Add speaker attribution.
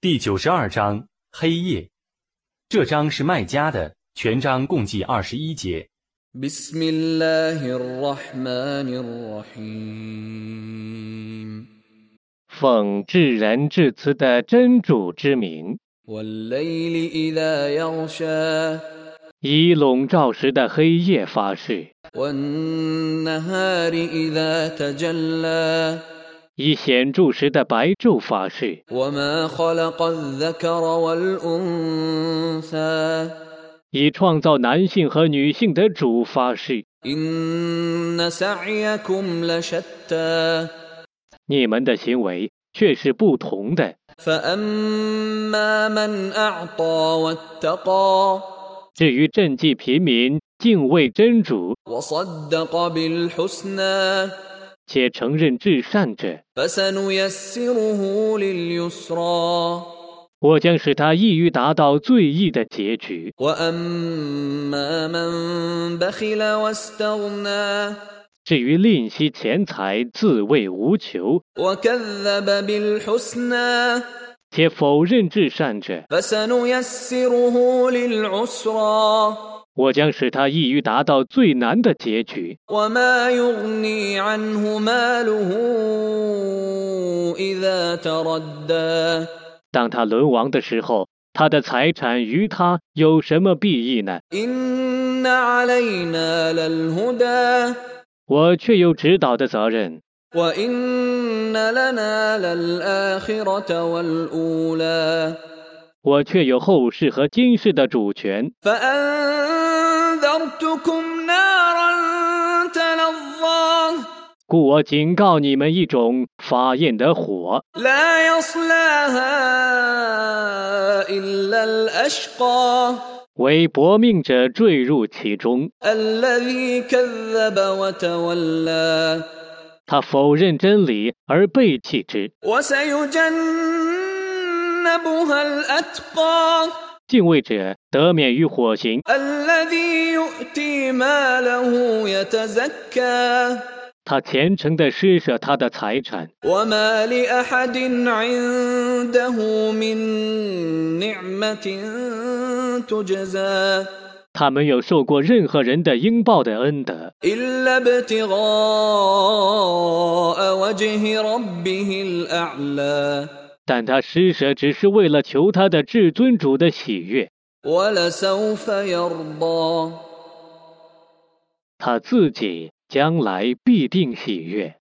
Speaker 1: 第九十二章黑夜，这章是麦加的，全章共计二十一节。
Speaker 2: بسم الله الرحمن الرحيم
Speaker 3: 奉至仁至慈的真主之名，
Speaker 2: والليل إذا يغشى
Speaker 3: 以笼罩时的黑夜发誓，
Speaker 2: والنهار إذا تجلى
Speaker 3: 以显著时的白昼发誓，
Speaker 2: وما خلق الذكر والأنثى
Speaker 3: 以创造男性和女性的主发誓。
Speaker 2: إن سعيكم لشتى
Speaker 3: 你们的行为却是不同的。
Speaker 2: فأما من أعطى واتقى
Speaker 3: 至于赈济贫民、敬畏真主
Speaker 2: وصدق بالحسنى
Speaker 3: 且承认至善者，
Speaker 2: فسنيسره لليسرى
Speaker 3: 我将使他易于达到最易的结局。
Speaker 2: واما من بخل واستغنى
Speaker 3: 至于吝惜钱财、自卫无求，
Speaker 2: وكذب بالحسنى
Speaker 3: 且否认至善者，
Speaker 2: فسنيسره للعسرى
Speaker 3: 我将使他易于达到最难的结局。
Speaker 2: وما يغني عنه ماله اذا تردى
Speaker 3: 当他沦亡的时候，他的财产于他有什么裨益呢？
Speaker 2: ان علينا للهدى
Speaker 3: 我却有指导的责任。
Speaker 2: وإن لنا للآخرة والأولى
Speaker 3: 我却有后世和今世的主权。
Speaker 2: فأنذرتكم نارا تلظى
Speaker 3: 故我警告你们一种发焰的火，
Speaker 2: لا يصلاها إلا الأشقى
Speaker 3: 为薄命者坠入其中。
Speaker 2: الذي كذب وتولى
Speaker 3: 他否认真理而背弃之，
Speaker 2: وسيجنبها الأتقى
Speaker 3: 敬畏者得免于火刑。
Speaker 2: الذي يؤتي ماله يتزكى
Speaker 3: 他虔诚地施舍他的财产，
Speaker 2: وما لأحد عنده من نعمة تجزى
Speaker 3: 他没有受过任何人的应报的恩德，
Speaker 2: إلا ابتغاء وجه ربه الأعلى
Speaker 3: 但他施舍只是为了求他的至尊主的喜悦。
Speaker 2: ولسوف يرضى
Speaker 3: 他自己将来必定喜悦。